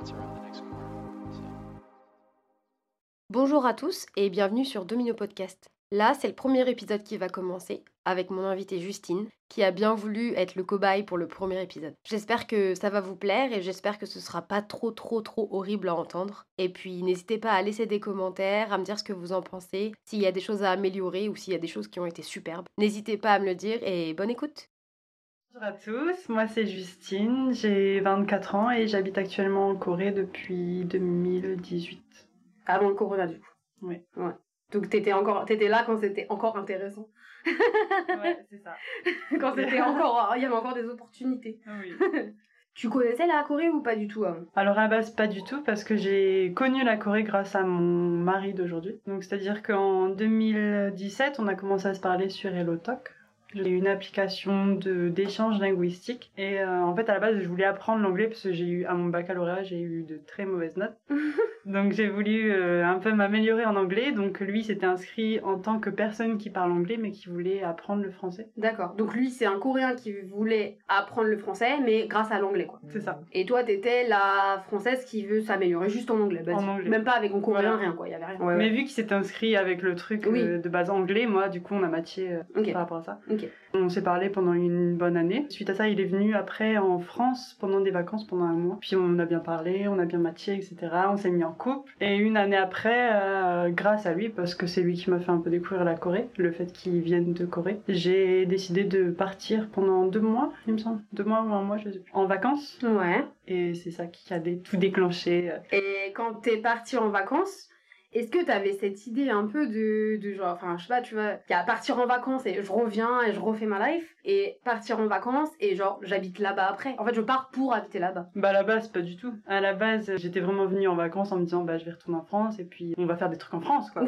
it's around the next corner. So. Bonjour à tous et bienvenue sur Domino Podcast. Là, c'est le premier épisode qui va commencer avec mon invitée Justine, qui a bien voulu être le cobaye pour le premier épisode. J'espère que ça va vous plaire et j'espère que ce sera pas trop trop trop horrible à entendre. Et puis n'hésitez pas à laisser des commentaires, à me dire ce que vous en pensez, s'il y a des choses à améliorer ou s'il y a des choses qui ont été superbes. N'hésitez pas à me le dire et bonne écoute. Bonjour à tous, moi c'est Justine, j'ai 24 ans et j'habite actuellement en Corée depuis 2018. Avant le corona, du coup. Oui. Ouais. Donc, t'étais encore, t'étais là quand c'était encore intéressant. Ouais, c'est ça. quand c'était encore, Oh, il y avait encore des opportunités. Oui. Tu connaissais la Corée ou pas du tout avant Alors à la base, pas du tout, parce que j'ai connu la Corée grâce à mon mari d'aujourd'hui. Donc c'est-à-dire qu'en 2017, on a commencé à se parler sur HelloTalk. J'ai une application de- d'échange linguistique. Et euh, en fait, à la base, je voulais apprendre l'anglais parce que j'ai eu, à mon baccalauréat, j'ai eu de très mauvaises notes. donc j'ai voulu euh, un peu m'améliorer en anglais. Donc lui s'était inscrit en tant que personne qui parle anglais, mais qui voulait apprendre le français. D'accord. Donc, lui, c'est un Coréen qui voulait apprendre le français, mais grâce à l'anglais, quoi. C'est ça. Et toi, t'étais la Française qui veut s'améliorer juste en anglais. basique. En anglais. Même pas avec mon Coréen, Voilà. rien, quoi. Il y avait rien. Ouais, Mais ouais. vu qu'il s'était inscrit avec le truc Oui. euh, de base anglais, moi, du coup, on a matché euh, Ok. par rapport à ça. Ok. On s'est parlé pendant une bonne année. Suite à ça, il est venu après en France pendant des vacances pendant un mois. Puis on a bien parlé, on a bien matché, etc. On s'est mis en couple. Et une année après, euh, grâce à lui, parce que c'est lui qui m'a fait un peu découvrir la Corée, le fait qu'il vienne de Corée, j'ai décidé de partir pendant deux mois, il me semble. Deux mois ou un mois, je sais plus. En vacances. Ouais. Et c'est ça qui a dé- tout déclenché. euh, Et quand t'es parti en vacances, est-ce que t'avais cette idée un peu de, de genre, enfin, je sais pas, tu vois, il y a partir en vacances et je reviens et je refais ma life, et partir en vacances et genre, j'habite là-bas après. En fait, je pars pour habiter là-bas. Bah à la base pas du tout. À la base j'étais vraiment venue en vacances en me disant bah je vais retourner en France et puis on va faire des trucs en France quoi.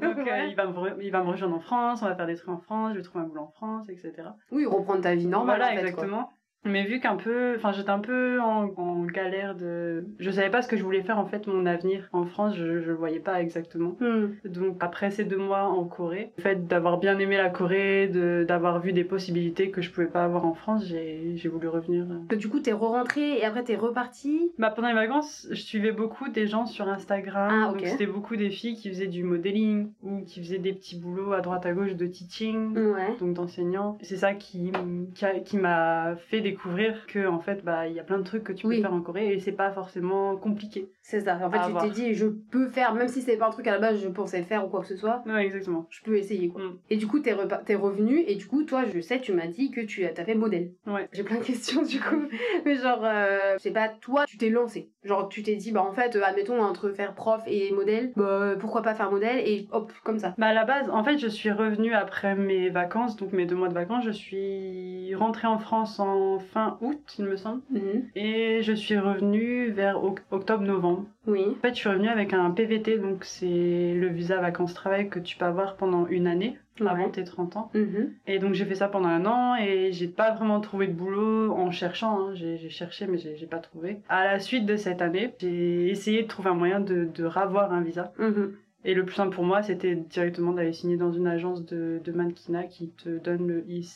Donc euh, il, va me re- il va me rejoindre en France, on va faire des trucs en France, je vais trouver un boulot en France, etc. Oui, reprendre ta vie normale. voilà en fait, quoi. exactement. Mais vu qu'un peu, enfin j'étais un peu en, en galère de, je savais pas ce que je voulais faire en fait mon avenir en France, je, je le voyais pas exactement. Hmm. Donc après ces deux mois en Corée, le fait d'avoir bien aimé la Corée, de d'avoir vu des possibilités que je pouvais pas avoir en France, j'ai j'ai voulu revenir. euh, Que Du coup, t'es re-rentré et après t'es reparti. Bah, pendant les vacances, je suivais beaucoup des gens sur Instagram. Ah, ok. Donc c'était beaucoup des filles qui faisaient du modeling ou qui faisaient des petits boulots à droite à gauche de teaching. Ouais. Donc d'enseignant, c'est ça qui, qui, a- qui m'a fait découvrir que en fait bah il y a plein de trucs que tu peux Oui. faire en Corée et c'est pas forcément compliqué. C'est ça. En fait, À tu voir. t'es dit, je peux faire, même si c'est pas un truc à la base, je pensais faire ou quoi que ce soit, Ouais exactement. je peux essayer quoi. Mm. Et du coup, t'es, repa- t'es revenu et du coup, toi, je sais, tu m'as dit que tu as t'as fait modèle. Ouais. J'ai plein de questions du coup, mais genre, euh, je sais pas, toi, tu t'es lancé. Genre, tu t'es dit, bah en fait, euh, admettons, entre faire prof et modèle, bah euh, pourquoi pas faire modèle et hop, comme ça. Bah à la base, en fait, je suis revenue après mes vacances, donc mes deux mois de vacances, je suis rentrée en France en fin août, il me semble, Mhm. et je suis revenue vers oc- octobre-novembre. Oui. En fait, je suis revenue avec un PVT, donc c'est le visa vacances-travail que tu peux avoir pendant une année avant Ouais. tes 30 ans. Mhm. Et donc j'ai fait ça pendant un an et j'ai pas vraiment trouvé de boulot en cherchant. hein. J'ai j'ai cherché mais j'ai j'ai pas trouvé. À la suite de cette année, j'ai essayé de trouver un moyen de, de ravoir un visa. Mhm. Et le plus simple pour moi, c'était directement d'aller signer dans une agence de, de mannequinat qui te donne le, IS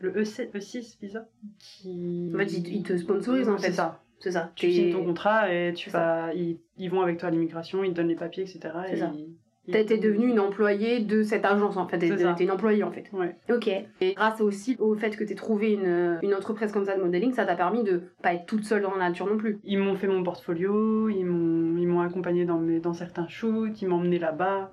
le E EC E6 visa. Qui... En fait, ils, ils te sponsorisent en fait. C'est ça. C'est ça. Tu T'es- signes ton contrat et tu C'est ça. vas, ils, ils vont avec toi à l'immigration, ils te donnent les papiers, etc. C'est et ça. ils- ils- T'es t'es devenue une employée de cette agence en fait. T'es C'est ça. t'es une employée en fait. Ouais. Ok. Et grâce aussi au fait que t'aies trouvé une, euh, une entreprise comme ça de modeling, ça t'a permis de pas être toute seule dans la nature non plus. Ils m'ont fait mon portfolio, ils m'ont, ils m'ont accompagné dans, mes, dans certains shoots, ils m'ont emmené là-bas.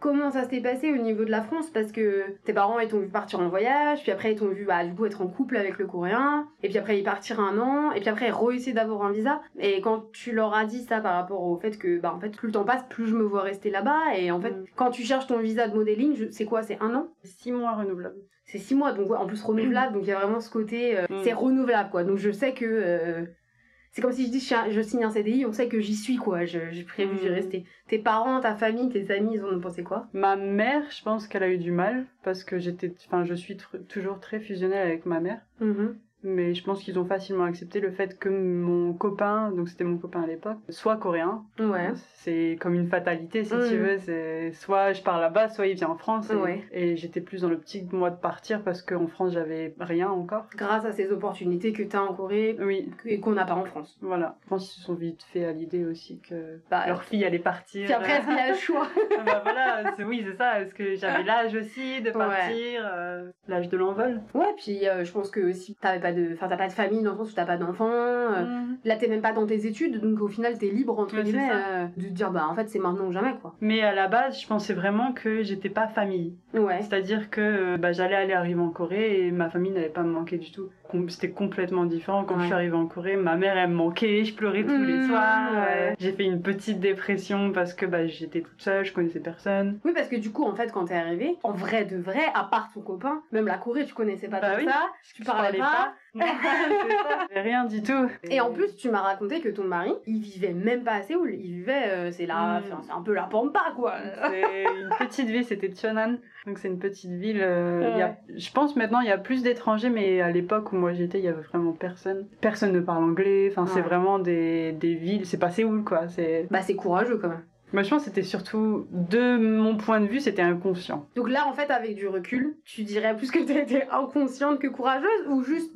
Comment ça s'est passé au niveau de la France Parce que tes parents, ils t'ont vu partir en voyage, puis après, ils t'ont vu bah, du coup être en couple avec le Coréen, et puis après, y partir un an, et puis après, re-essayer d'avoir un visa. Et quand tu leur as dit ça par rapport au fait que, bah, en fait, plus le temps passe, plus je me vois rester là-bas, et en fait, Mm. quand tu cherches ton visa de modeling, je- c'est quoi C'est un an Six mois renouvelables. c'est six mois, donc ouais, en plus renouvelable, donc il y a vraiment ce côté, euh, Mm. c'est renouvelable quoi. Donc je sais que euh, c'est comme si je dis je, suis un- je signe un CDI, on sait que j'y suis quoi. Je- J'ai prévu d'y Mm. rester. Tes parents, ta famille, tes amis, ils en ont pensé quoi Ma mère, je pense qu'elle a eu du mal parce que j'étais, enfin, je suis tr- toujours très fusionnelle avec ma mère. Mais je pense qu'ils ont facilement accepté le fait que mon copain, donc c'était mon copain à l'époque, soit coréen. Ouais. C'est comme une fatalité, si Mm. tu veux. C'est soit je pars là-bas, soit il vient en France. Et, Ouais. et j'étais plus dans l'optique, moi, de partir parce qu'en France, j'avais rien encore. Grâce à ces opportunités que t'as en Corée Oui, et qu'on n'a pas en France. voilà. Je pense qu'ils se sont vite fait à l'idée aussi que Bah, leur fille allait partir. puis après, il y a le choix. Ah bah voilà, c'est- oui, c'est ça. Est-ce que j'avais l'âge aussi de Ouais. partir euh, L'âge de l'envol Ouais, puis euh, je pense que si t'avais pas de, enfin t'as pas de famille dans le sens où t'as pas d'enfants, euh, là t'es même pas dans tes études, donc au final t'es libre entre Mm. Ouais, c'est guillemets ça. euh, de te dire bah en fait c'est maintenant ou jamais quoi. Mais à la base, je pensais vraiment que j'étais pas famille. Ouais. C'est-à-dire que euh, bah, j'allais aller arriver en Corée et ma famille n'allait pas me manquer du tout. Com- C'était complètement différent. Quand Ouais. je suis arrivée en Corée, ma mère, elle me manquait, je pleurais tous les Mmh, soirs. ouais. J'ai fait une petite dépression parce que bah, j'étais toute seule, je connaissais personne. Oui, parce que du coup, en fait, quand t'es arrivé, en vrai de vrai, à part ton copain, même la Corée, tu connaissais pas Bah tout oui. ça, tu parlais parlais, pas. pas. C'est ça. J'avais Rien du tout. Et en plus, tu m'as raconté que ton mari, il vivait même pas à Séoul. Il vivait, euh, c'est la, Mm. enfin, c'est un peu la pampa, quoi. Euh, C'est une petite ville, c'était Chonan. Donc c'est une petite ville. euh, il y a- je pense maintenant il y a plus d'étrangers, mais à l'époque où moi j'étais, il y avait vraiment personne. Personne ne parle anglais. Enfin, Ouais. c'est vraiment des, des villes. C'est pas Séoul quoi. C'est. Bah, c'est courageux quand même. Moi je pense que c'était surtout de mon point de vue, c'était inconscient. Donc là, en fait, avec du recul, tu dirais plus que t'as été inconsciente que courageuse ou juste.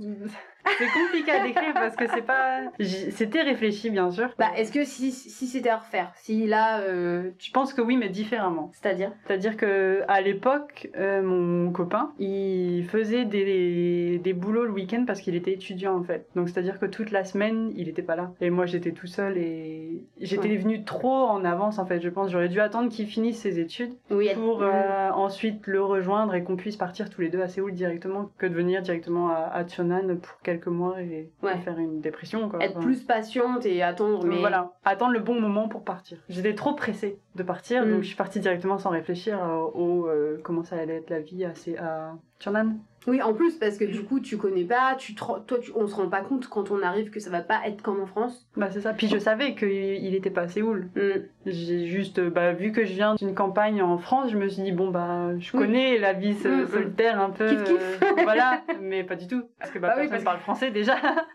C'est compliqué à décrire parce que c'est pas. j'y- C'était réfléchi bien sûr. Bah, est-ce que si, si c'était à refaire, si là. euh, Je pense que oui, mais différemment. C'est-à-dire C'est-à-dire que à l'époque, euh, mon copain, il faisait des, des boulots le week-end parce qu'il était étudiant en fait. Donc c'est-à-dire que toute la semaine, il n'était pas là. Et moi, j'étais tout seul et j'étais Ouais. venue trop en avance en fait. Je pense j'aurais dû attendre qu'il finisse ses études Oui, elle- pour euh, ensuite le rejoindre et qu'on puisse partir tous les deux à Séoul directement que de venir directement à, à Cheonan pour quelques mois et Ouais. et faire une dépression quoi. être Enfin, euh, plus patiente et attendre, mais. voilà, attendre le bon moment pour partir. J'étais trop pressée de partir, Mm. donc je suis partie directement sans réfléchir euh, au euh, comment ça allait être la vie à, Sé- à Cheonan. Oui, en plus, parce que du coup, tu connais pas, tu te rends- toi, tu, on se rend pas compte quand on arrive que ça va pas être comme en France. Bah c'est ça. Puis je savais qu'il était pas à Séoul. Mm. J'ai juste, euh, bah vu que je viens d'une campagne en France, je me suis dit bon bah je Oui. connais la vie Mm, so- mm. solitaire un peu. Kiff, kiff. euh, voilà, mais pas du tout parce que bah, Bah oui, personne parce que- parle français déjà.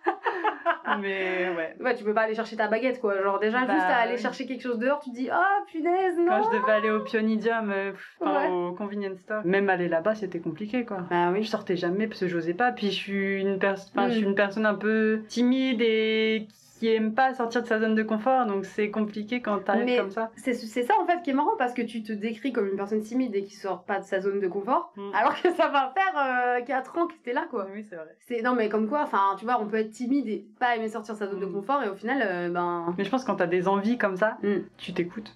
mais ouais. Ouais, tu peux pas aller chercher ta baguette, quoi. Genre, déjà, Bah, juste à aller oui. chercher quelque chose dehors, tu te dis, oh punaise, Quand non je devais aller au Pionidium, euh, pff, enfin, Ouais. au convenience store, même aller là-bas c'était compliqué quoi. Bah Je sortais jamais parce que j'osais pas. Puis je suis une, pers- enfin, je suis Mm. une personne un peu timide et qui aime pas sortir de sa zone de confort. Donc c'est compliqué quand t'arrives Mais- comme ça. C'est c'est ça, en fait, qui est marrant, parce que tu te décris comme une personne timide et qui sort pas de sa zone de confort, Mm. alors que ça va faire 4 ans que t'es là, quoi. Oui, c'est vrai. C'est- Non, mais comme quoi, enfin, tu vois, on peut être timide et pas aimer sortir de sa zone de Mm. confort, et au final, euh, ben. Mais je pense que quand t'as des envies comme ça, Mm. tu t'écoutes.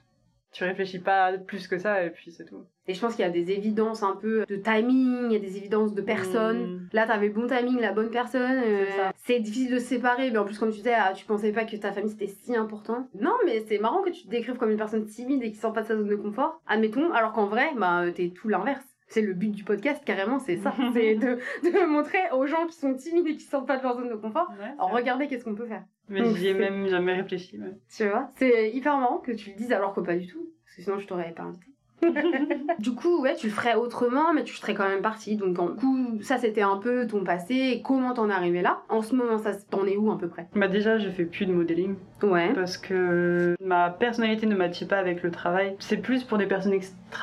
Tu réfléchis pas plus que ça et puis c'est tout. Et je pense qu'il y a des évidences un peu de timing, il y a des évidences de personnes. Mm. Là, t'avais le bon timing, la bonne personne. euh, C'est ça. C'est difficile de se séparer, mais en plus, comme tu disais, ah, tu pensais pas que ta famille c'était si important. Non, mais c'est marrant que tu te décrives comme une personne timide et qui sort pas de sa zone de confort, admettons, alors qu'en vrai, bah, euh, t'es tout l'inverse. C'est le but du podcast, carrément, c'est ça. c'est de, de montrer aux gens qui sont timides et qui sortent pas de leur zone de confort, Mm. alors regardez qu'est-ce qu'on peut faire. Mais j'y ai même jamais réfléchi. même. Tu vois C'est hyper marrant que tu le dises alors que pas du tout, parce que sinon je t'aurais pas invité. du coup, ouais, tu le ferais autrement, mais tu serais quand même partie. Donc, en coup, ça c'était un peu ton passé, et comment t'en es arrivé là. En ce moment, ça t'en es où à peu près Bah déjà, je fais plus de modeling. Ouais. parce que ma personnalité ne matchait pas avec le travail. C'est plus pour des personnes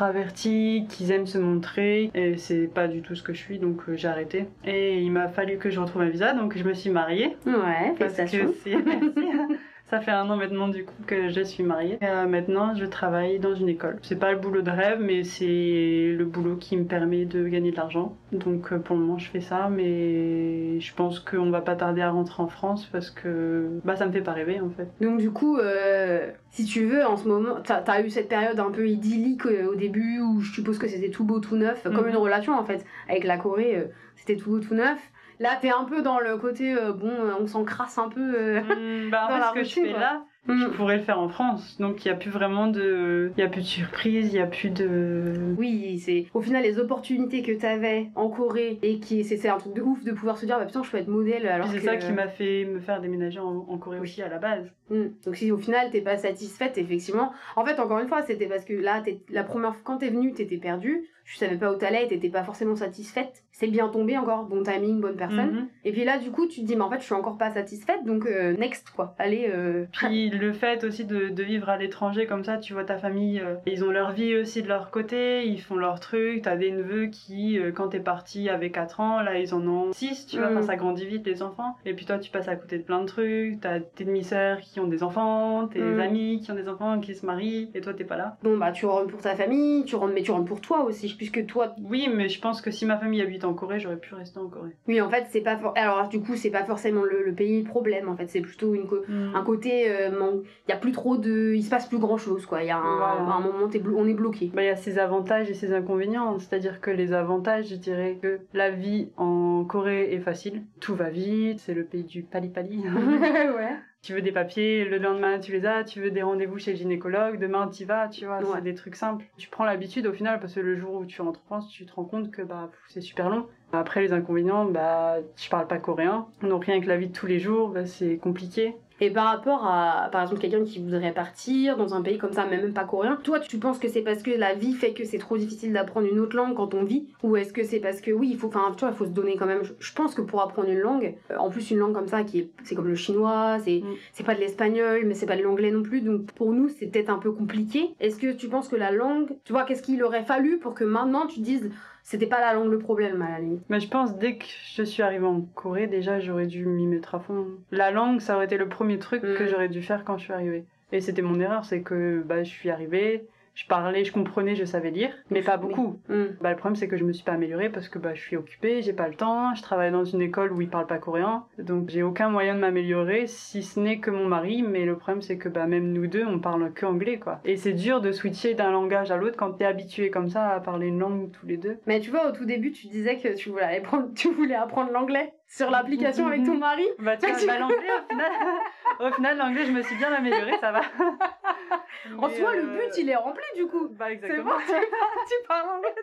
extraverties qui aiment se montrer et c'est pas du tout ce que je suis donc euh, j'ai arrêté. Et il m'a fallu que je retrouve un visa donc je me suis mariée. Ouais, Parce que félicitations. c'est- merci. hein. Ça fait un an maintenant du coup que je suis mariée. Et, euh, maintenant je travaille dans une école. C'est pas le boulot de rêve mais c'est le boulot qui me permet de gagner de l'argent. Donc euh, pour le moment je fais ça mais je pense qu'on va pas tarder à rentrer en France parce que bah ça me fait pas rêver en fait. Donc, du coup, euh, si tu veux, en ce moment, t'as t'as eu cette période un peu idyllique euh, au début où je suppose que c'était tout beau, tout neuf, comme Mhm. une relation en fait. Avec la Corée, euh, c'était tout beau, tout neuf. Là, t'es un peu dans le côté, euh, bon, euh, on s'encrasse un peu. euh, Mm, bah, en Dans fait, la ce que routine, je fais quoi. là, Je Mm. pourrais le faire en France. Donc il n'y a plus vraiment de. Il n'y a plus de surprise, il n'y a plus de. Oui, c'est au final les opportunités que t'avais en Corée et qui c'est c'est un truc de ouf de pouvoir se dire bah putain je peux être modèle alors Puis c'est que- ça qui m'a fait me faire déménager en, en Corée aussi à la base. Mm. Donc si au final t'es pas satisfaite effectivement, en fait encore une fois c'était parce que là t'es- la première fois quand t'es venue t'étais perdue, tu savais pas où t'allais, t'étais pas forcément satisfaite. C'est bien tombé encore, bon timing, bonne personne. Mhm. Et puis là du coup tu te dis mais en fait je suis encore pas satisfaite donc euh, next quoi, allez. euh, Puis le fait aussi de, de vivre à l'étranger comme ça, tu vois ta famille, euh, ils ont leur vie aussi de leur côté, ils font leur truc. T'as des neveux qui, euh, quand t'es parti avec 4 ans, là ils en ont 6, tu vois, Mm. enfin ça grandit vite les enfants. Et puis toi tu passes à côté de plein de trucs, t'as tes demi-sœurs qui ont des enfants, tes Mm. amis qui ont des enfants, qui se marient, et toi t'es pas là. Bon bah tu rentres pour ta famille, tu rentres mais tu rentres pour toi aussi puisque toi Oui, mais je pense que si ma famille habite en Corée, j'aurais pu rester en Corée. oui en fait c'est pas for- alors du coup c'est pas forcément le, le pays le problème en fait c'est plutôt une co- un côté euh, man- il y a plus trop de il se passe plus grand chose quoi il y a un, Voilà. à un moment t'es blo- on est bloqué Bah, il y a ses avantages et ses inconvénients. hein. C'est-à-dire que les avantages, je dirais que la vie en Corée est facile. Tout va vite, c'est le pays du pali-pali. Mhm. ouais tu veux des papiers, le lendemain tu les as, tu veux des rendez-vous chez le gynécologue, demain tu vas, tu vois, Ouais. c'est des trucs simples. Tu prends l'habitude au final parce que le jour où tu rentres en France, tu te rends compte que bah, pff, c'est super long. Après les inconvénients, bah, je parle pas coréen, donc rien que la vie de tous les jours, bah, c'est compliqué. et par rapport à par exemple quelqu'un qui voudrait partir dans un pays comme ça mais même pas coréen toi tu penses que c'est parce que la vie fait que c'est trop difficile d'apprendre une autre langue quand on vit ou est-ce que c'est parce que oui il faut enfin tu vois il faut se donner quand même je, je pense que pour apprendre une langue euh, en plus une langue comme ça qui est c'est comme le chinois c'est Mm. c'est pas de l'espagnol mais c'est pas de l'anglais non plus donc pour nous c'est peut-être un peu compliqué est-ce que tu penses que la langue tu vois qu'est-ce qu'il aurait fallu pour que maintenant tu te dises c'était pas la langue le problème à la limite Mais je pense dès que je suis arrivée en Corée, déjà j'aurais dû m'y mettre à fond. La langue, ça aurait été le premier truc Mm. que j'aurais dû faire quand je suis arrivée. Et c'était mon erreur, c'est que bah, je suis arrivée, je parlais, je comprenais, je savais lire, mais pas Oui. beaucoup. Mm. Bah, le problème, c'est que je me suis pas améliorée parce que bah, je suis occupée, j'ai pas le temps, je travaille dans une école où ils parlent pas coréen, donc j'ai aucun moyen de m'améliorer si ce n'est que mon mari. Mais le problème, c'est que bah, même nous deux, on parle que anglais quoi. Et c'est dur de switcher d'un langage à l'autre quand t'es habitué comme ça à parler une langue tous les deux. Mais tu vois, au tout début, tu disais que tu voulais, aller prendre- tu voulais apprendre l'anglais sur l'application avec ton mari. Bah, tu vois, Tu- bah, l'anglais, au final, au final, l'anglais, je me suis bien améliorée, ça va. En Mais, soi, le euh, but, il est rempli du coup. Bah, C'est exactement. bon, tu, tu parles anglais.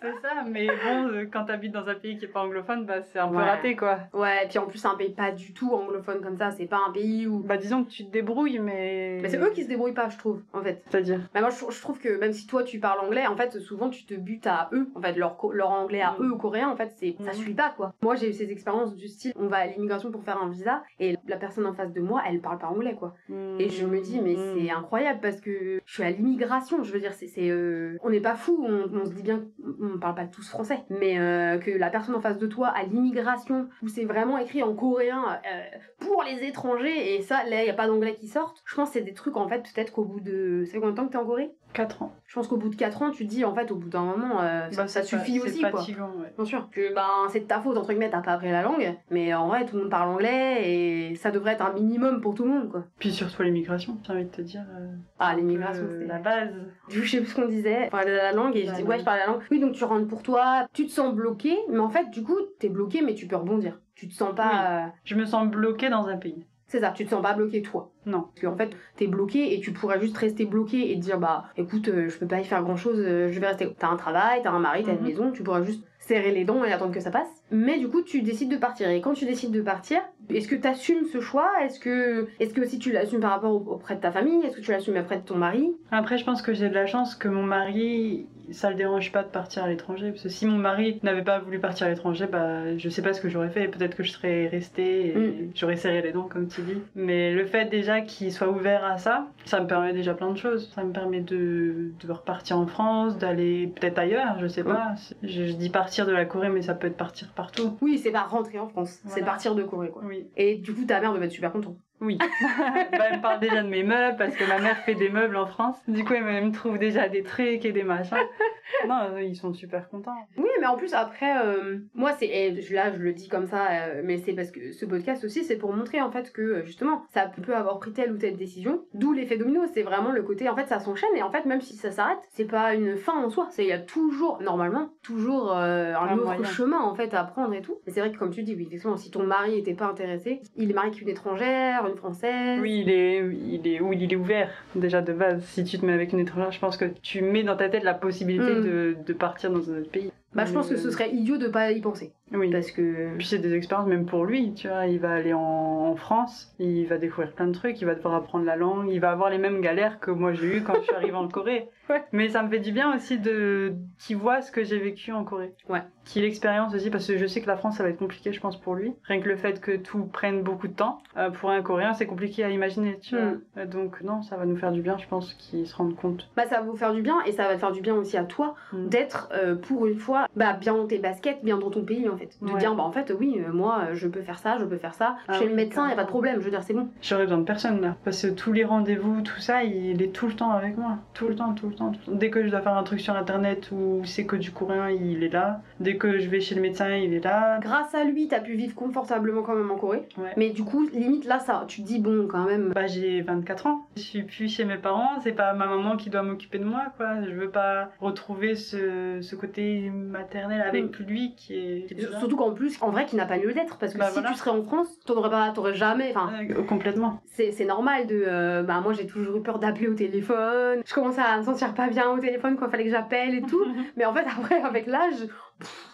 C'est ça, mais bon, euh, quand t'habites dans un pays qui est pas anglophone, bah, c'est un peu Ouais. raté, quoi. Ouais, et puis en plus, c'est un pays pas du tout anglophone comme ça. C'est pas un pays où. Bah, disons que tu te débrouilles, mais. Mais Bah, c'est eux qui se débrouillent pas, je trouve, en fait. C'est-à-dire Bah, moi, je, je trouve que même si toi, tu parles anglais, en fait, souvent, tu te butes à eux. En fait, leur, co- leur anglais à Mm. eux, au coréen, en fait, c'est ça Mm. suit pas, quoi. Moi, j'ai eu ces expériences du style, on va à l'immigration pour faire un visa, et la personne en face de moi, elle parle pas anglais, quoi. Et je me dis, mais Mm, c'est Mmh. incroyable parce que je suis à l'immigration. Je veux dire, c'est, c'est, euh, on n'est pas fou, on, on se dit bien qu'on ne parle pas tous français. Mais euh, que la personne en face de toi à l'immigration, où c'est vraiment écrit en coréen euh, pour les étrangers, et ça, là, il n'y a pas d'anglais qui sortent. Je pense que c'est des trucs, en fait, peut-être qu'au bout de. C'est combien de temps que t'es en Corée 4 mm. ans. Je pense qu'au bout de 4 ans, tu te dis, en fait, au bout d'un moment, euh, Bah, ça c'est pas- suffit aussi, C'est quoi. fatigant, ouais. Bien sûr que ben, c'est de ta faute, entre guillemets, t'as pas appris la langue, mais en vrai, tout le monde parle anglais et ça devrait être un minimum pour tout le monde, quoi. Puis surtout l'immigration, j'ai envie de te dire. euh, Ah, que l'immigration, c'est La base. je sais plus ce qu'on disait, je parlais de la langue et je La dis langue. ouais je parle la langue. Oui donc tu rentres pour toi, tu te sens bloqué, mais en fait du coup t'es bloqué mais tu peux rebondir. Tu te sens pas, euh, Je me sens bloquée dans un pays. c'est ça, tu te sens pas bloqué toi. Non. Parce qu'en fait t'es bloqué et tu pourrais juste rester bloqué et te dire bah écoute euh, je peux pas y faire grand chose, je vais rester. T'as un travail, t'as un mari, t'as une Mhm. maison, tu pourrais juste serrer les dents et attendre que ça passe. Mais du coup tu décides de partir et quand tu décides de partir, est-ce que t'assumes ce choix Est-ce que est-ce que si tu l'assumes par rapport au- auprès de ta famille, est-ce que tu l'assumes auprès de ton mari Après, je pense que j'ai de la chance que mon mari, ça le dérange pas de partir à l'étranger. Parce que si mon mari n'avait pas voulu partir à l'étranger, bah, je sais pas ce que j'aurais fait. Peut-être que je serais restée et Mm. j'aurais serré les dents, comme tu dis. Mais le fait déjà qu'il soit ouvert à ça, ça me permet déjà plein de choses. Ça me permet de, de repartir en France, d'aller peut-être ailleurs, je sais pas. Je, je dis partir de la Corée, mais ça peut être partir partout. Oui, c'est pas rentrer en France, c'est Voilà. partir de Corée quoi. Oui. Et du coup, ta mère devait être super contente. Oui. bah, elle me parle déjà de mes meubles parce que ma mère fait des meubles en France. Du coup, elle me- elle me trouve déjà des trucs et des machins. Non, euh, ils sont super contents. Oui, mais en plus, après, euh, moi, c'est. et je- Là, je le dis comme ça, euh, mais c'est parce que ce podcast aussi, c'est pour montrer en fait que euh, justement, ça peut avoir pris telle ou telle décision. D'où l'effet domino. C'est vraiment le côté, en fait, ça s'enchaîne. Et en fait, même si ça s'arrête, c'est pas une fin en soi. C'est- Il y a toujours, normalement, toujours euh, un, Un autre moyen. chemin en fait à prendre et tout. Mais c'est vrai que, comme tu dis, oui, effectivement, si ton mari était pas intéressé, il est marié avec une étrangère, langue française. Oui, il est, il est, oui, il est ouvert déjà de base. Si tu te mets avec une étrangère, je pense que tu mets dans ta tête la possibilité Mm. de, de partir dans un autre pays. Bah, je pense que ce serait idiot de pas y penser. Oui. Parce que. Puis c'est des expériences même pour lui, tu vois. Il va aller en, en France, il va découvrir plein de trucs, il va devoir apprendre la langue, il va avoir les mêmes galères que moi j'ai eues quand je suis arrivée en Corée. Ouais. Mais ça me fait du bien aussi de qu'il voit ce que j'ai vécu en Corée. Ouais. Qu'il expérience aussi, parce que je sais que la France ça va être compliqué, je pense, pour lui. Rien que le fait que tout prenne beaucoup de temps, euh, pour un Coréen c'est compliqué à imaginer, tu vois. Mm. Euh, Donc non, ça va nous faire du bien, je pense, qu'il se rende compte. Bah, ça va vous faire du bien et ça va te faire du bien aussi à toi Mm. d'être euh, pour une fois bah, bien dans tes baskets, bien dans ton pays en fait. De Ouais. dire bah en fait oui, euh, moi euh, je peux faire ça, je peux faire ça. Ah Chez le oui, médecin, y a pas de carrément. problème, je veux dire c'est bon. J'aurais besoin de personne là. Parce que tous les rendez-vous, tout ça, il est tout le temps avec moi. Tout le temps, tout le temps, tout le temps. Dès que je dois faire un truc sur internet où c'est que du courant, il est là. Dès que je vais chez le médecin, il est là. Grâce à lui, t'as pu vivre confortablement quand même en Corée. Ouais. Mais du coup, limite là ça, tu te dis bon quand même. Bah, j'ai 24 ans. Je suis plus chez mes parents. C'est pas ma maman qui doit m'occuper de moi, quoi. Je veux pas retrouver ce, ce côté maternel avec lui qui est. qui est déjà- Mm. Surtout qu'en plus, en vrai, qui n'a pas lieu d'être. Parce que Bah, si voilà. tu serais en France, t'aurais pas, t'aurais jamais. Enfin, Euh, complètement. c'est c'est normal de euh, bah moi j'ai toujours eu peur d'appeler au téléphone je commençais à me sentir pas bien au téléphone quand fallait que j'appelle et tout mais en fait après avec l'âge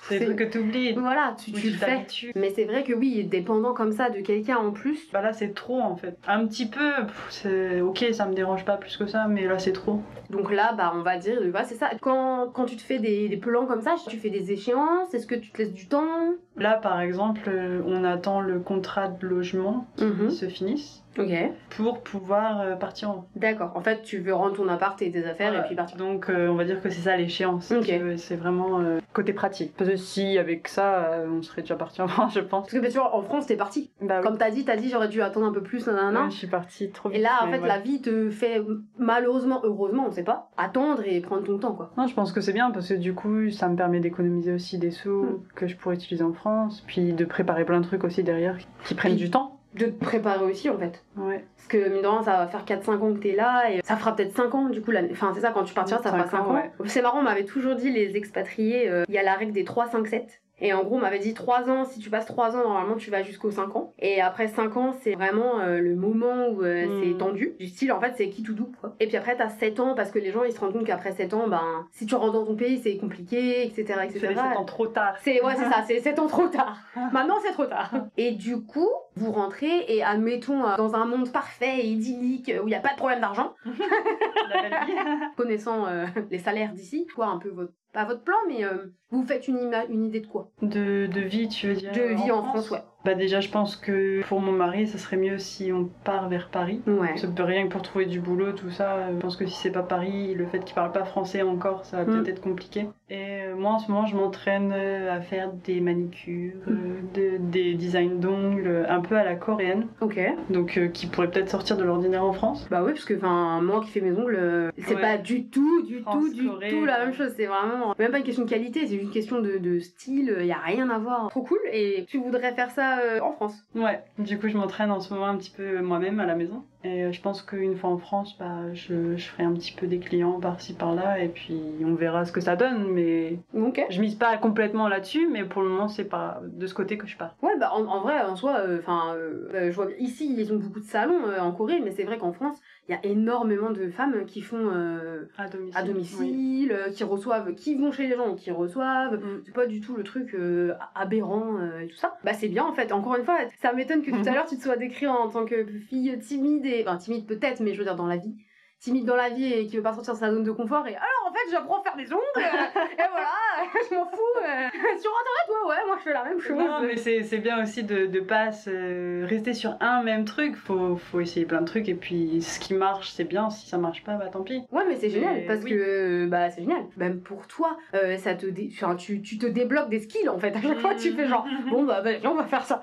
C'est des trucs que t'oublies. voilà tu, où tu le fais t'habitues. mais c'est vrai que oui être dépendant comme ça de quelqu'un en plus Bah là c'est trop en fait. Un petit peu, pff, c'est ok, ça me dérange pas plus que ça, mais là c'est trop. donc là bah on va dire bah, c'est ça quand, quand tu te fais des, des plans comme ça tu fais des échéances est-ce que tu te laisses du temps Là, par exemple, euh, on attend le contrat de logement qui Mhm. se finisse ok pour pouvoir euh, partir en d'accord en fait tu veux rendre ton appart et tes affaires et puis partir Donc, euh, on va dire que c'est ça l'échéance. Ok. Euh, C'est vraiment euh, côté pratique. Parce que si, avec ça, euh, on serait déjà parti en France, je pense. parce que bien sûr en France t'es parti Bah oui. comme t'as dit t'as dit j'aurais dû attendre un peu plus nanana Ouais, je suis partie trop vite. Et là, en mais fait, voilà. la vie te fait malheureusement, heureusement, on sait pas, attendre et prendre ton temps, quoi. Non, je pense que c'est bien parce que du coup, ça me permet d'économiser aussi des sous Mm. que je pourrais utiliser en France, puis de préparer plein de trucs aussi derrière qui prennent du temps. De te préparer aussi, en fait. Ouais. Parce que, mine de rien, ça va faire 4-5 ans que t'es là, et ça fera peut-être 5 ans, du coup, l'année. Enfin, c'est ça, quand tu partiras, ça fera Cinq 5 ans. ans, ouais. C'est marrant, on m'avait toujours dit, les expatriés, euh, il y a la règle des 3, 5, 7. Et en gros, on m'avait dit 3 ans, si tu passes 3 ans, normalement, tu vas jusqu'aux 5 ans. Et après 5 ans, c'est vraiment euh, le moment où euh, Mm. c'est tendu. Du style, en fait, c'est qui tout double, quoi. Et puis après, t'as 7 ans, parce que les gens, ils se rendent compte qu'après 7 ans, ben, si tu rentres dans ton pays, c'est compliqué, etc., etc. C'est les sept ans trop tard. C'est ouais, c'est ça, c'est 7 ans trop tard. Maintenant, c'est trop tard. Et du coup, vous rentrez et admettons euh, dans un monde parfait et idyllique euh, où il n'y a pas de problème d'argent, La belle vie. connaissant euh, les salaires d'ici, quoi, un peu votre pas votre plan, mais euh, vous faites une, ima- une idée de quoi De, de vie, tu veux dire De vie en France, ouais. Bah déjà, je pense que pour mon mari, ça serait mieux si on part vers Paris. Ouais. Ça peut rien que pour trouver du boulot, tout ça. euh, Je pense que si c'est pas Paris, le fait qu'il parle pas français encore, ça va Mm. peut-être être compliqué. Et euh, moi, en ce moment, je m'entraîne euh, à faire des manicures, Mm. euh, de- des designs d'ongles, euh, un peu à la coréenne, Ok. donc euh, qui pourrait peut-être sortir de l'ordinaire en France. Bah oui, parce que enfin, moi qui fais mes ongles, euh, c'est Ouais. pas du tout, du France, tout, du Corée, euh. tout la quoi. même chose. C'est vraiment même pas une question de qualité, c'est une question de, de style. Il y a rien à voir. Trop cool. Et tu voudrais faire ça euh, en France Ouais, du coup, je m'entraîne en ce moment un petit peu moi-même à la maison. Et euh, je pense qu'une fois en France, bah, je, je ferai un petit peu des clients par-ci par-là, et puis on verra ce que ça donne, mais Ok. Je mise pas complètement là-dessus, mais pour le moment, c'est pas de ce côté que je pars. Ouais, bah en, en vrai, en soi, enfin, euh, bah, je vois bien- ici, ils ont beaucoup de salons euh, en Corée, mais c'est vrai qu'en France, il y a énormément de femmes qui font euh, À domicile. à domicile, euh, qui reçoivent, qui vont chez les gens, qui reçoivent. C'est pas du tout le truc euh, aberrant euh, et tout ça. Bah c'est bien en fait. Encore une fois, ça m'étonne que tout à l'heure tu te sois décrit en tant que fille timide et, enfin timide peut-être, mais je veux dire dans la vie timide dans la vie et qui veut pas sortir de sa zone de confort et alors en fait j'apprends à faire des ongles euh, et voilà je m'en fous euh. sur internet ouais ouais moi je fais la même chose Non, mais c'est c'est bien aussi de ne pas se- rester sur un même truc. Faut, faut essayer plein de trucs, et puis ce qui marche, c'est bien. Si ça marche pas, bah tant pis. Ouais, mais c'est génial Mais parce oui. que bah c'est génial. Même pour toi, euh, ça te dé- enfin, tu, tu te débloques des skills en fait. À chaque fois, tu fais genre Mm. bon bah vas-y, on va faire ça.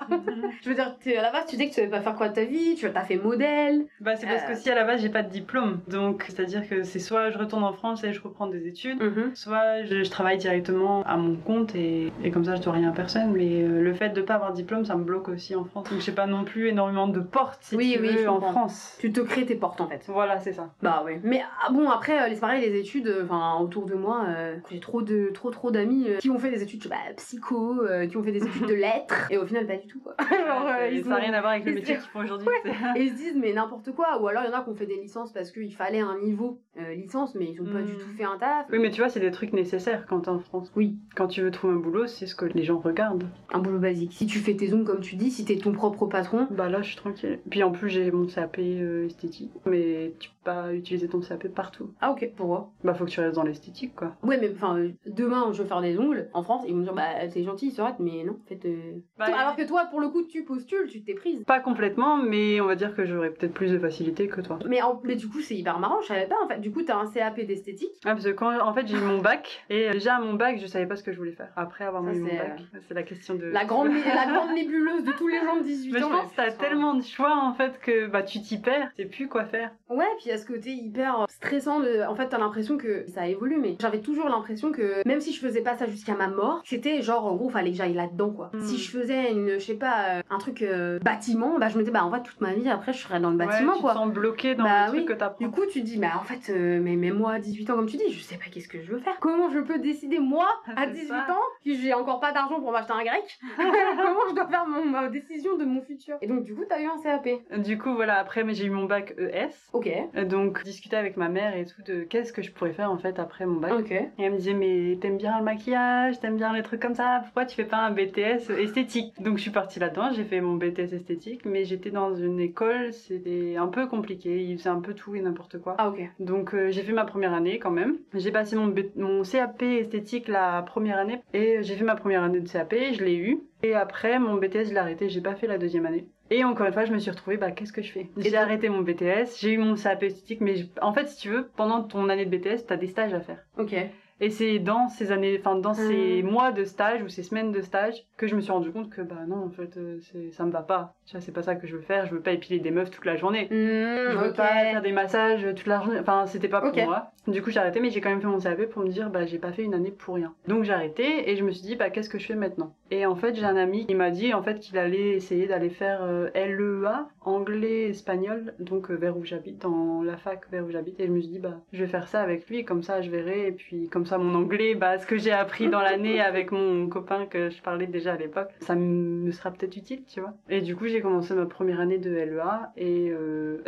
Je veux dire, t'es- à la base, tu sais que tu savais pas faire quoi de ta vie, tu as fait modèle. bah, c'est parce Euh. que si à la base, j'ai pas de diplôme. Donc, c'est-à-dire que c'est soit je retourne en Mm-hmm. France et je reprends des études, soit je, je travaille directement à mon compte, et, et comme ça, je dois rien perdre. personne, mais euh, le fait de pas avoir de diplôme, ça me bloque aussi en France. Donc j'ai pas non plus énormément de portes, si Oui, tu oui, veux, je en comprends. France. Tu te crées tes portes en fait. Voilà, c'est ça. Bah ouais. Mais ah, bon, après, euh, les pareil, les études, euh, enfin, autour de moi, euh, j'ai trop de trop trop d'amis euh, qui ont fait des études, je sais pas, psycho, euh, qui ont fait des études de lettres, et au final, pas du tout quoi. Genre, euh, Ça- ils ça n'a ont- rien à voir avec le ils- métier qu'ils font aujourd'hui. c'est- Et ils se disent, mais n'importe quoi. Ou alors, il y en a qui ont fait des licences parce qu'il fallait un niveau euh, licence, mais ils ont pas Mm. du tout fait un taf. Oui, mais tu vois, c'est des trucs nécessaires quand t'es en France. Oui. Quand tu veux trouver un boulot, c'est ce que les gens regardent. Un boulot basique. Si tu fais tes ongles comme tu dis, si t'es ton propre patron, Bah là, je suis tranquille. Puis en plus, j'ai mon CAP euh, esthétique, mais tu peux pas utiliser ton CAP partout. ah ok, pourquoi Bah faut que tu restes dans l'esthétique, quoi. Ouais, mais enfin, euh, demain, je veux faire des ongles en France, ils vont me dire, bah t'es gentil, Sorette, mais non, en fait. euh, Bah, toi- alors que toi, pour le coup, tu postules, tu t'es prise. Pas complètement, mais on va dire que j'aurais peut-être plus de facilité que toi. Mais, en- mais du coup, c'est hyper marrant, je savais pas en fait. Du coup, t'as un CAP d'esthétique. Ah, parce que quand en fait j'ai eu mon bac, et euh, déjà à mon bac, je savais pas ce que je voulais faire. Après avoir Ça, eu mon c'est, euh, bac, c'est la question de. La grande, né- la grande nébuleuse de tous les gens de 18 Mais je ans. pense que t'as Putain. tellement de choix en fait que bah tu t'y perds, tu sais plus quoi faire. Ouais, puis il y a ce côté hyper euh, stressant de. En fait, t'as l'impression que ça évolue, mais j'avais toujours l'impression que même si je faisais pas ça jusqu'à ma mort, c'était genre en gros, fallait que j'aille là-dedans quoi. Mm. Si je faisais une, je sais pas, euh, un truc euh, bâtiment, bah je me disais, bah en fait, toute ma vie après, je serais dans le bâtiment ouais, Bah, quoi. Tu te sens bloqué dans Bah le oui. truc que t'apprends. Du coup, tu te dis, bah en fait, euh, mais, mais moi à 18 ans, comme tu dis, je sais pas qu'est-ce que je veux faire. Comment je peux décider, moi, à Ah, C'est 18 ça. ans, que j'ai encore pas d'argent pour m'acheter un grec Comment je dois faire mon, ma décision de mon futur Et donc, du coup, t'as eu un CAP. Du coup, voilà, après mais j'ai eu mon bac ES. Ok. Euh, Donc, discuter avec ma mère et tout de qu'est-ce que je pourrais faire en fait après mon bac. Ok. Et elle me disait, mais t'aimes bien le maquillage, t'aimes bien les trucs comme ça, pourquoi tu fais pas un BTS esthétique Donc je suis partie là-dedans, j'ai fait mon BTS esthétique, mais j'étais dans une école, c'était un peu compliqué, ils faisaient un peu tout et n'importe quoi. Ah, ok. Donc euh, j'ai fait ma première année quand même. J'ai passé mon, B- mon CAP esthétique la première année et j'ai fait ma première année de CAP, je l'ai eu. Et après mon BTS je l'ai arrêté, j'ai pas fait la deuxième année. Et encore une fois je me suis retrouvée, bah qu'est-ce que je fais J'ai donc- arrêté mon BTS, j'ai eu mon CAP esthétique, mais je- en fait si tu veux, pendant ton année de BTS, t'as des stages à faire. Ok. Et c'est dans ces années, enfin dans ces Hmm. mois de stage ou ces semaines de stage que je me suis rendu compte que bah non en fait euh, c'est- ça me va pas. Tu vois, c'est pas ça que je veux faire. Je veux pas épiler des meufs toute la journée. Je Mmh, veux ok. pas faire des massages euh, toute la journée. Enfin c'était pas pour Ok. moi. Du coup j'ai arrêté mais j'ai quand même fait mon CAP pour me dire bah j'ai pas fait une année pour rien. Donc j'ai arrêté et je me suis dit bah qu'est-ce que je fais maintenant. Et en fait j'ai un ami qui m'a dit en fait qu'il allait essayer d'aller faire euh, LEA anglais espagnol donc euh, vers où j'habite dans la fac vers où j'habite et je me suis dit bah je vais faire ça avec lui comme ça je verrai et puis comme ça mon anglais bah ce que j'ai appris dans l'année avec mon copain que je parlais déjà à l'époque ça m- me sera peut-être utile tu vois. Et du coup j'ai commencé ma première année de LEA et euh,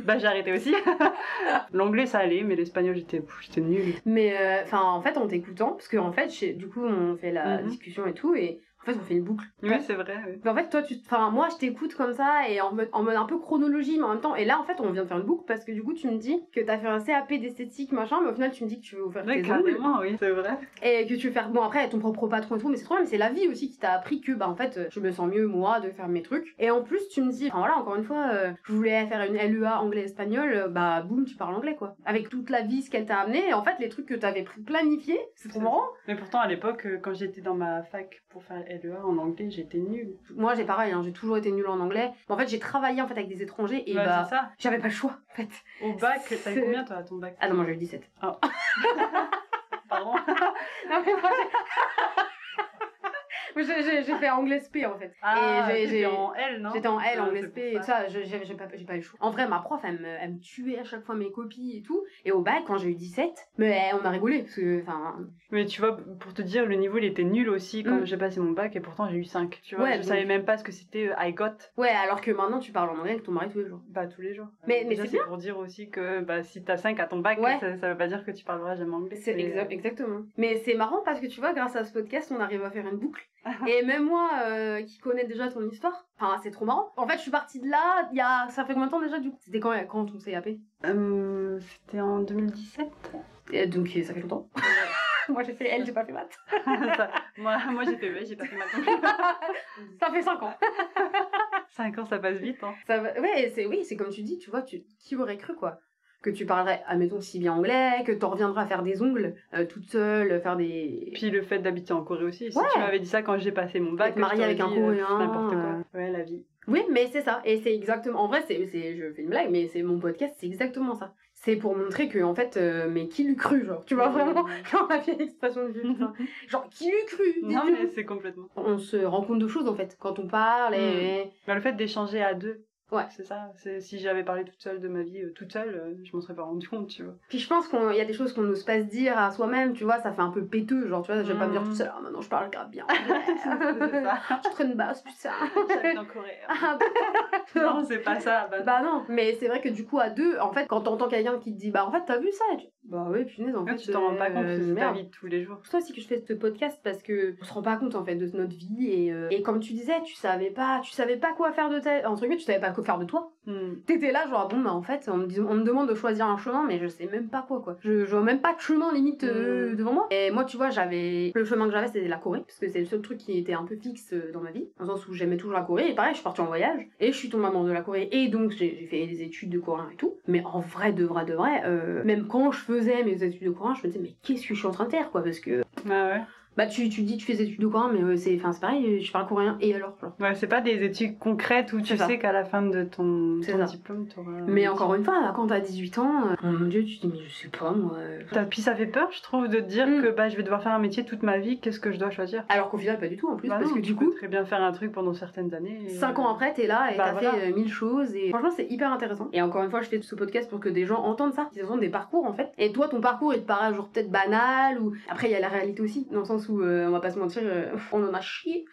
bah j'ai arrêté aussi. L'anglais ça allait mais l'espagnol j'étais pff, j'étais nulle. Mais euh, enfin, en fait, en t'écoutant, parce qu'en fait, chez- du coup, on fait la Mhm. discussion et tout, et en fait, on fait une boucle. Oui c'est vrai. oui. Mais en fait, toi, tu, enfin, moi, je t'écoute comme ça et en mode, en mode un peu chronologie, mais en même temps. Et là, en fait, on vient de faire une boucle parce que du coup, tu me dis que t'as fait un CAP d'esthétique, machin, mais au final, tu me dis que tu veux ouvrir Ouais, tes ongles carrément, oui, c'est vrai. et que tu veux faire, bon, après, ton propre patron et tout, mais c'est trop bien, mais c'est la vie aussi qui t'a appris que, bah, en fait, euh, je me sens mieux, moi, de faire mes trucs. Et en plus, tu me dis, enfin, voilà, encore une fois, euh, je voulais faire une LEA anglais-espagnol, euh, bah, boum, tu parles anglais, quoi. Avec toute la vie, ce qu'elle t'a amené, et en fait, les trucs que t'avais pr- planifiés, c'est trop C'est marrant. Mais pourtant, à l'époque, euh, quand j'étais dans ma fac pour faire LEA en anglais, j'étais nulle. Moi, j'ai pareil, hein, j'ai toujours été nulle en anglais. En fait, j'ai travaillé, en fait, avec des étrangers, et Bah, bah, c'est ça. J'avais pas le choix, en fait. Au bac, t'as c'est- eu combien, toi, à ton bac Ah non, moi j'ai eu 17. Pardon Non, mais moi, j'ai- Moi, j'ai... j'ai- j'ai fait anglais SP, en fait. Ah, j'ai- j'ai- j'étais en L, non J'étais en L, Ah, anglais c'est SP, et pour tout ça, je- j'ai j'ai pas, j'ai pas eu le choix. En vrai, ma prof, elle me, elle me tuait à chaque fois mes copies et tout. Et au bac, quand j'ai eu 17, mais on a rigolé, parce que, enfin... Mais tu vois, pour te dire, le niveau, il était nul aussi quand Mm. j'ai passé mon bac, et pourtant, j'ai eu 5. Tu vois, Ouais, je donc- savais même pas ce que c'était euh, I got, Ouais, alors que maintenant, tu parles en anglais avec ton mari tous les jours. bah, tous les jours. Mais- Euh, mais déjà, c'est c'est pour dire aussi que bah, si t'as 5 à ton bac, Ouais. ça, ça veut pas dire que tu parleras jamais anglais. euh, C'est Mais, exa- exactement. euh, Mais c'est marrant parce que tu vois, grâce à ce podcast, on arrive à faire une boucle. Et même moi, euh, qui connais déjà ton histoire, enfin, c'est trop marrant. En fait, je suis partie de là, il y a... ça fait combien de temps déjà du coup C'était quand, quand ton CAP euh, C'était en 2017 Et Donc, ça fait longtemps. moi, j'ai fait L, j'ai pas fait maths. Ça- Moi, moi j'ai fait ouais, j'ai pas fait mal non plus. Ça fait 5 ans. 5 ans, ça passe vite, hein. Ça va- Ouais, et c'est oui, c'est comme tu dis, tu vois, tu... qui aurait cru quoi que tu parlerais, admettons, si bien anglais, que t'en reviendras faire des ongles euh, toute seule, faire des... Puis le fait d'habiter en Corée aussi. Si Ouais. tu m'avais dit ça quand j'ai passé mon bac, Être marié je t'aurais avec un dit, euh, Coréen, n'importe quoi. Ouais, la vie. Oui, mais c'est ça. Et c'est exactement. En vrai, c'est, c'est- je fais une blague, mais c'est mon podcast, c'est exactement ça. c'est pour montrer que en fait euh, mais qui l'eût cru genre tu vois vraiment quand la vieille expression de film hein. genre qui l'eût cru Non, dis-le. mais c'est complètement. on se rend compte de choses en fait quand on parle et Bah, le fait d'échanger à deux. Ouais. C'est ça. C'est si j'avais parlé toute seule de ma vie, euh, toute seule, euh, je m'en serais pas rendu compte, tu vois. puis je pense qu'il y a des choses qu'on n'ose pas se dire à soi-même tu vois ça fait un peu péteux genre tu vois je vais pas me dire Mhm. tout seul ah, maintenant je parle grave bien c'est ça. je traîne basse tout ça J'habite en Corée. Ah, Non, c'est pas ça. Bah, Bah non, mais c'est vrai que du coup, à deux, en fait, quand t'entends quelqu'un qui te dit, bah en fait, t'as vu ça et tu- Bah ouais, punaise, en non, fait, Ah, tu t'en rends pas compte, euh, parce que c'est ta merde. vie de tous les jours. C'est pour ça aussi que je fais ce podcast parce que on se rend pas compte en fait de notre vie et, euh, et comme tu disais, tu savais pas, tu savais pas quoi faire de ta, entre guillemets, tu savais pas quoi faire de toi. Hmm. T'étais là genre bon bah en fait, on me, dis- on me demande de choisir un chemin mais je sais même pas quoi quoi. Je, je vois même pas de chemin limite euh, Mm. devant moi. Et moi tu vois, j'avais le chemin que j'avais c'était la Corée parce que c'est le seul truc qui était un peu fixe euh, dans ma vie, dans le sens où j'aimais toujours la Corée et pareil, je suis partie en voyage et je suis tombée amoureuse de la Corée et donc j'ai j'ai fait des études de coréen et tout. Mais en vrai de vrai de vrai, euh, même quand je faisais mes études de coréen, je me disais mais qu'est-ce que je suis en train de faire quoi parce que Ah ouais. bah tu, tu dis tu fais des études de coréen mais euh, c'est enfin c'est pareil, je parle coréen et alors genre. Ouais, c'est pas des études concrètes où tu C'est ça. sais qu'à la fin de ton, C'est ton ça. diplôme, t'auras. un Mais métier. encore une fois, quand t'as 18 ans, euh, oh mon dieu, tu te dis mais je sais pas moi. euh, T'as- Puis ça fait peur, je trouve, de te dire Hmm. que bah, je vais devoir faire un métier toute ma vie, qu'est-ce que je dois choisir Alors qu'au final, pas du tout en plus, Bah parce non, que du tu coup, peux très bien faire un truc pendant certaines années. euh, et- 5 ans après, t'es là et Bah, t'as voilà. fait euh, mille choses. Et franchement, c'est hyper intéressant. Et encore une fois, je fais ce podcast pour que des gens entendent ça. Ils ont des parcours en fait. Et toi, ton parcours, il te paraît genre peut-être banal. ou Après, il y a la réalité aussi, dans le sens où, euh, on va pas se mentir, euh, on en a chié.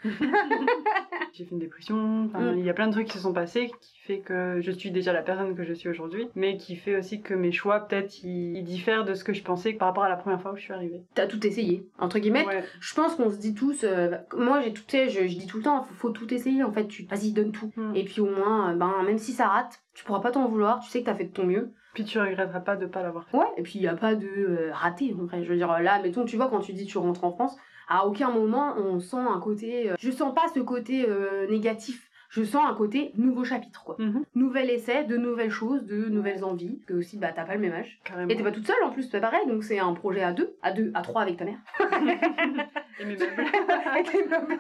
J'ai fait une dépression. enfin, Mm. Il y a plein de trucs qui se sont passés qui fait que je suis déjà la personne que je suis aujourd'hui, mais qui fait aussi que mes choix, peut-être, ils, ils diffèrent de ce que je pensais par rapport à la première fois où je suis arrivée. T'as tout essayé, entre guillemets. Ouais. Je pense qu'on se dit tous, euh, moi j'ai tout, tu sais, je, je dis tout le temps, faut, faut tout essayer en fait. Tu, vas-y, donne tout. Mm. Et puis au moins, euh, ben même si ça rate, tu pourras pas t'en vouloir. Tu sais que t'as fait de ton mieux. Puis tu regretteras pas de pas l'avoir fait. Ouais, et puis il n'y a pas de euh, raté en vrai. Je veux dire, là, mettons, tu vois, quand tu dis tu rentres en France, à aucun moment on sent un côté. euh, je sens pas ce côté euh, négatif. Je sens un côté nouveau chapitre, quoi. Mhm, Nouvel essai, de nouvelles choses, de nouvelles envies. Que aussi, bah, t'as pas le même âge. carrément. Et t'es pas toute seule en plus, c'est pareil, donc c'est un projet à deux, à deux, à trois avec ta mère. Et mes meubles. Avec les meubles.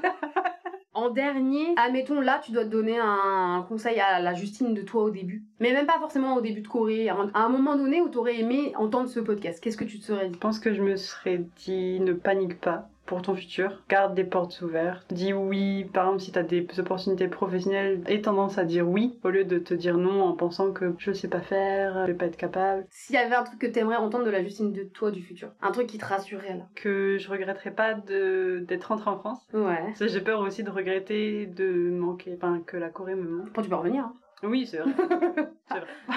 En dernier, admettons, là, tu dois te donner un conseil à la Justine de toi au début. Mais même pas forcément au début de Corée. À un à un moment donné où t'aurais aimé entendre ce podcast, qu'est-ce que tu te serais dit Je pense que je me serais dit ne panique pas pour ton futur, garde des portes ouvertes, dis oui, par exemple si t'as des opportunités professionnelles, aie tendance à dire oui au lieu de te dire non en pensant que je sais pas faire, je vais pas être capable, S'il y avait un truc que t'aimerais entendre de la Justine de toi du futur, un truc qui te rassurait là. que je regretterais pas de- d'être rentrée en France. Ouais. Parce que J'ai peur aussi de regretter de manquer, enfin que la Corée me manque. Bon, tu peux revenir. hein. Oui, c'est vrai.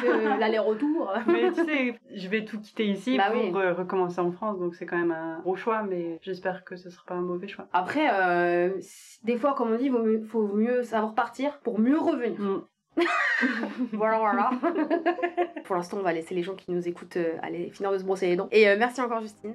Euh, L'aller-retour. Mais tu sais, je vais tout quitter ici Bah pour oui. euh, recommencer en France, donc c'est quand même un gros choix, mais j'espère que ce sera pas un mauvais choix. Après, euh, si- des fois, comme on dit, vaut mieux- faut mieux savoir partir pour mieux revenir. Mm. Voilà, voilà. pour l'instant, on va laisser les gens qui nous écoutent euh, aller finir de se brosser les dents. Et euh, merci encore, Justine.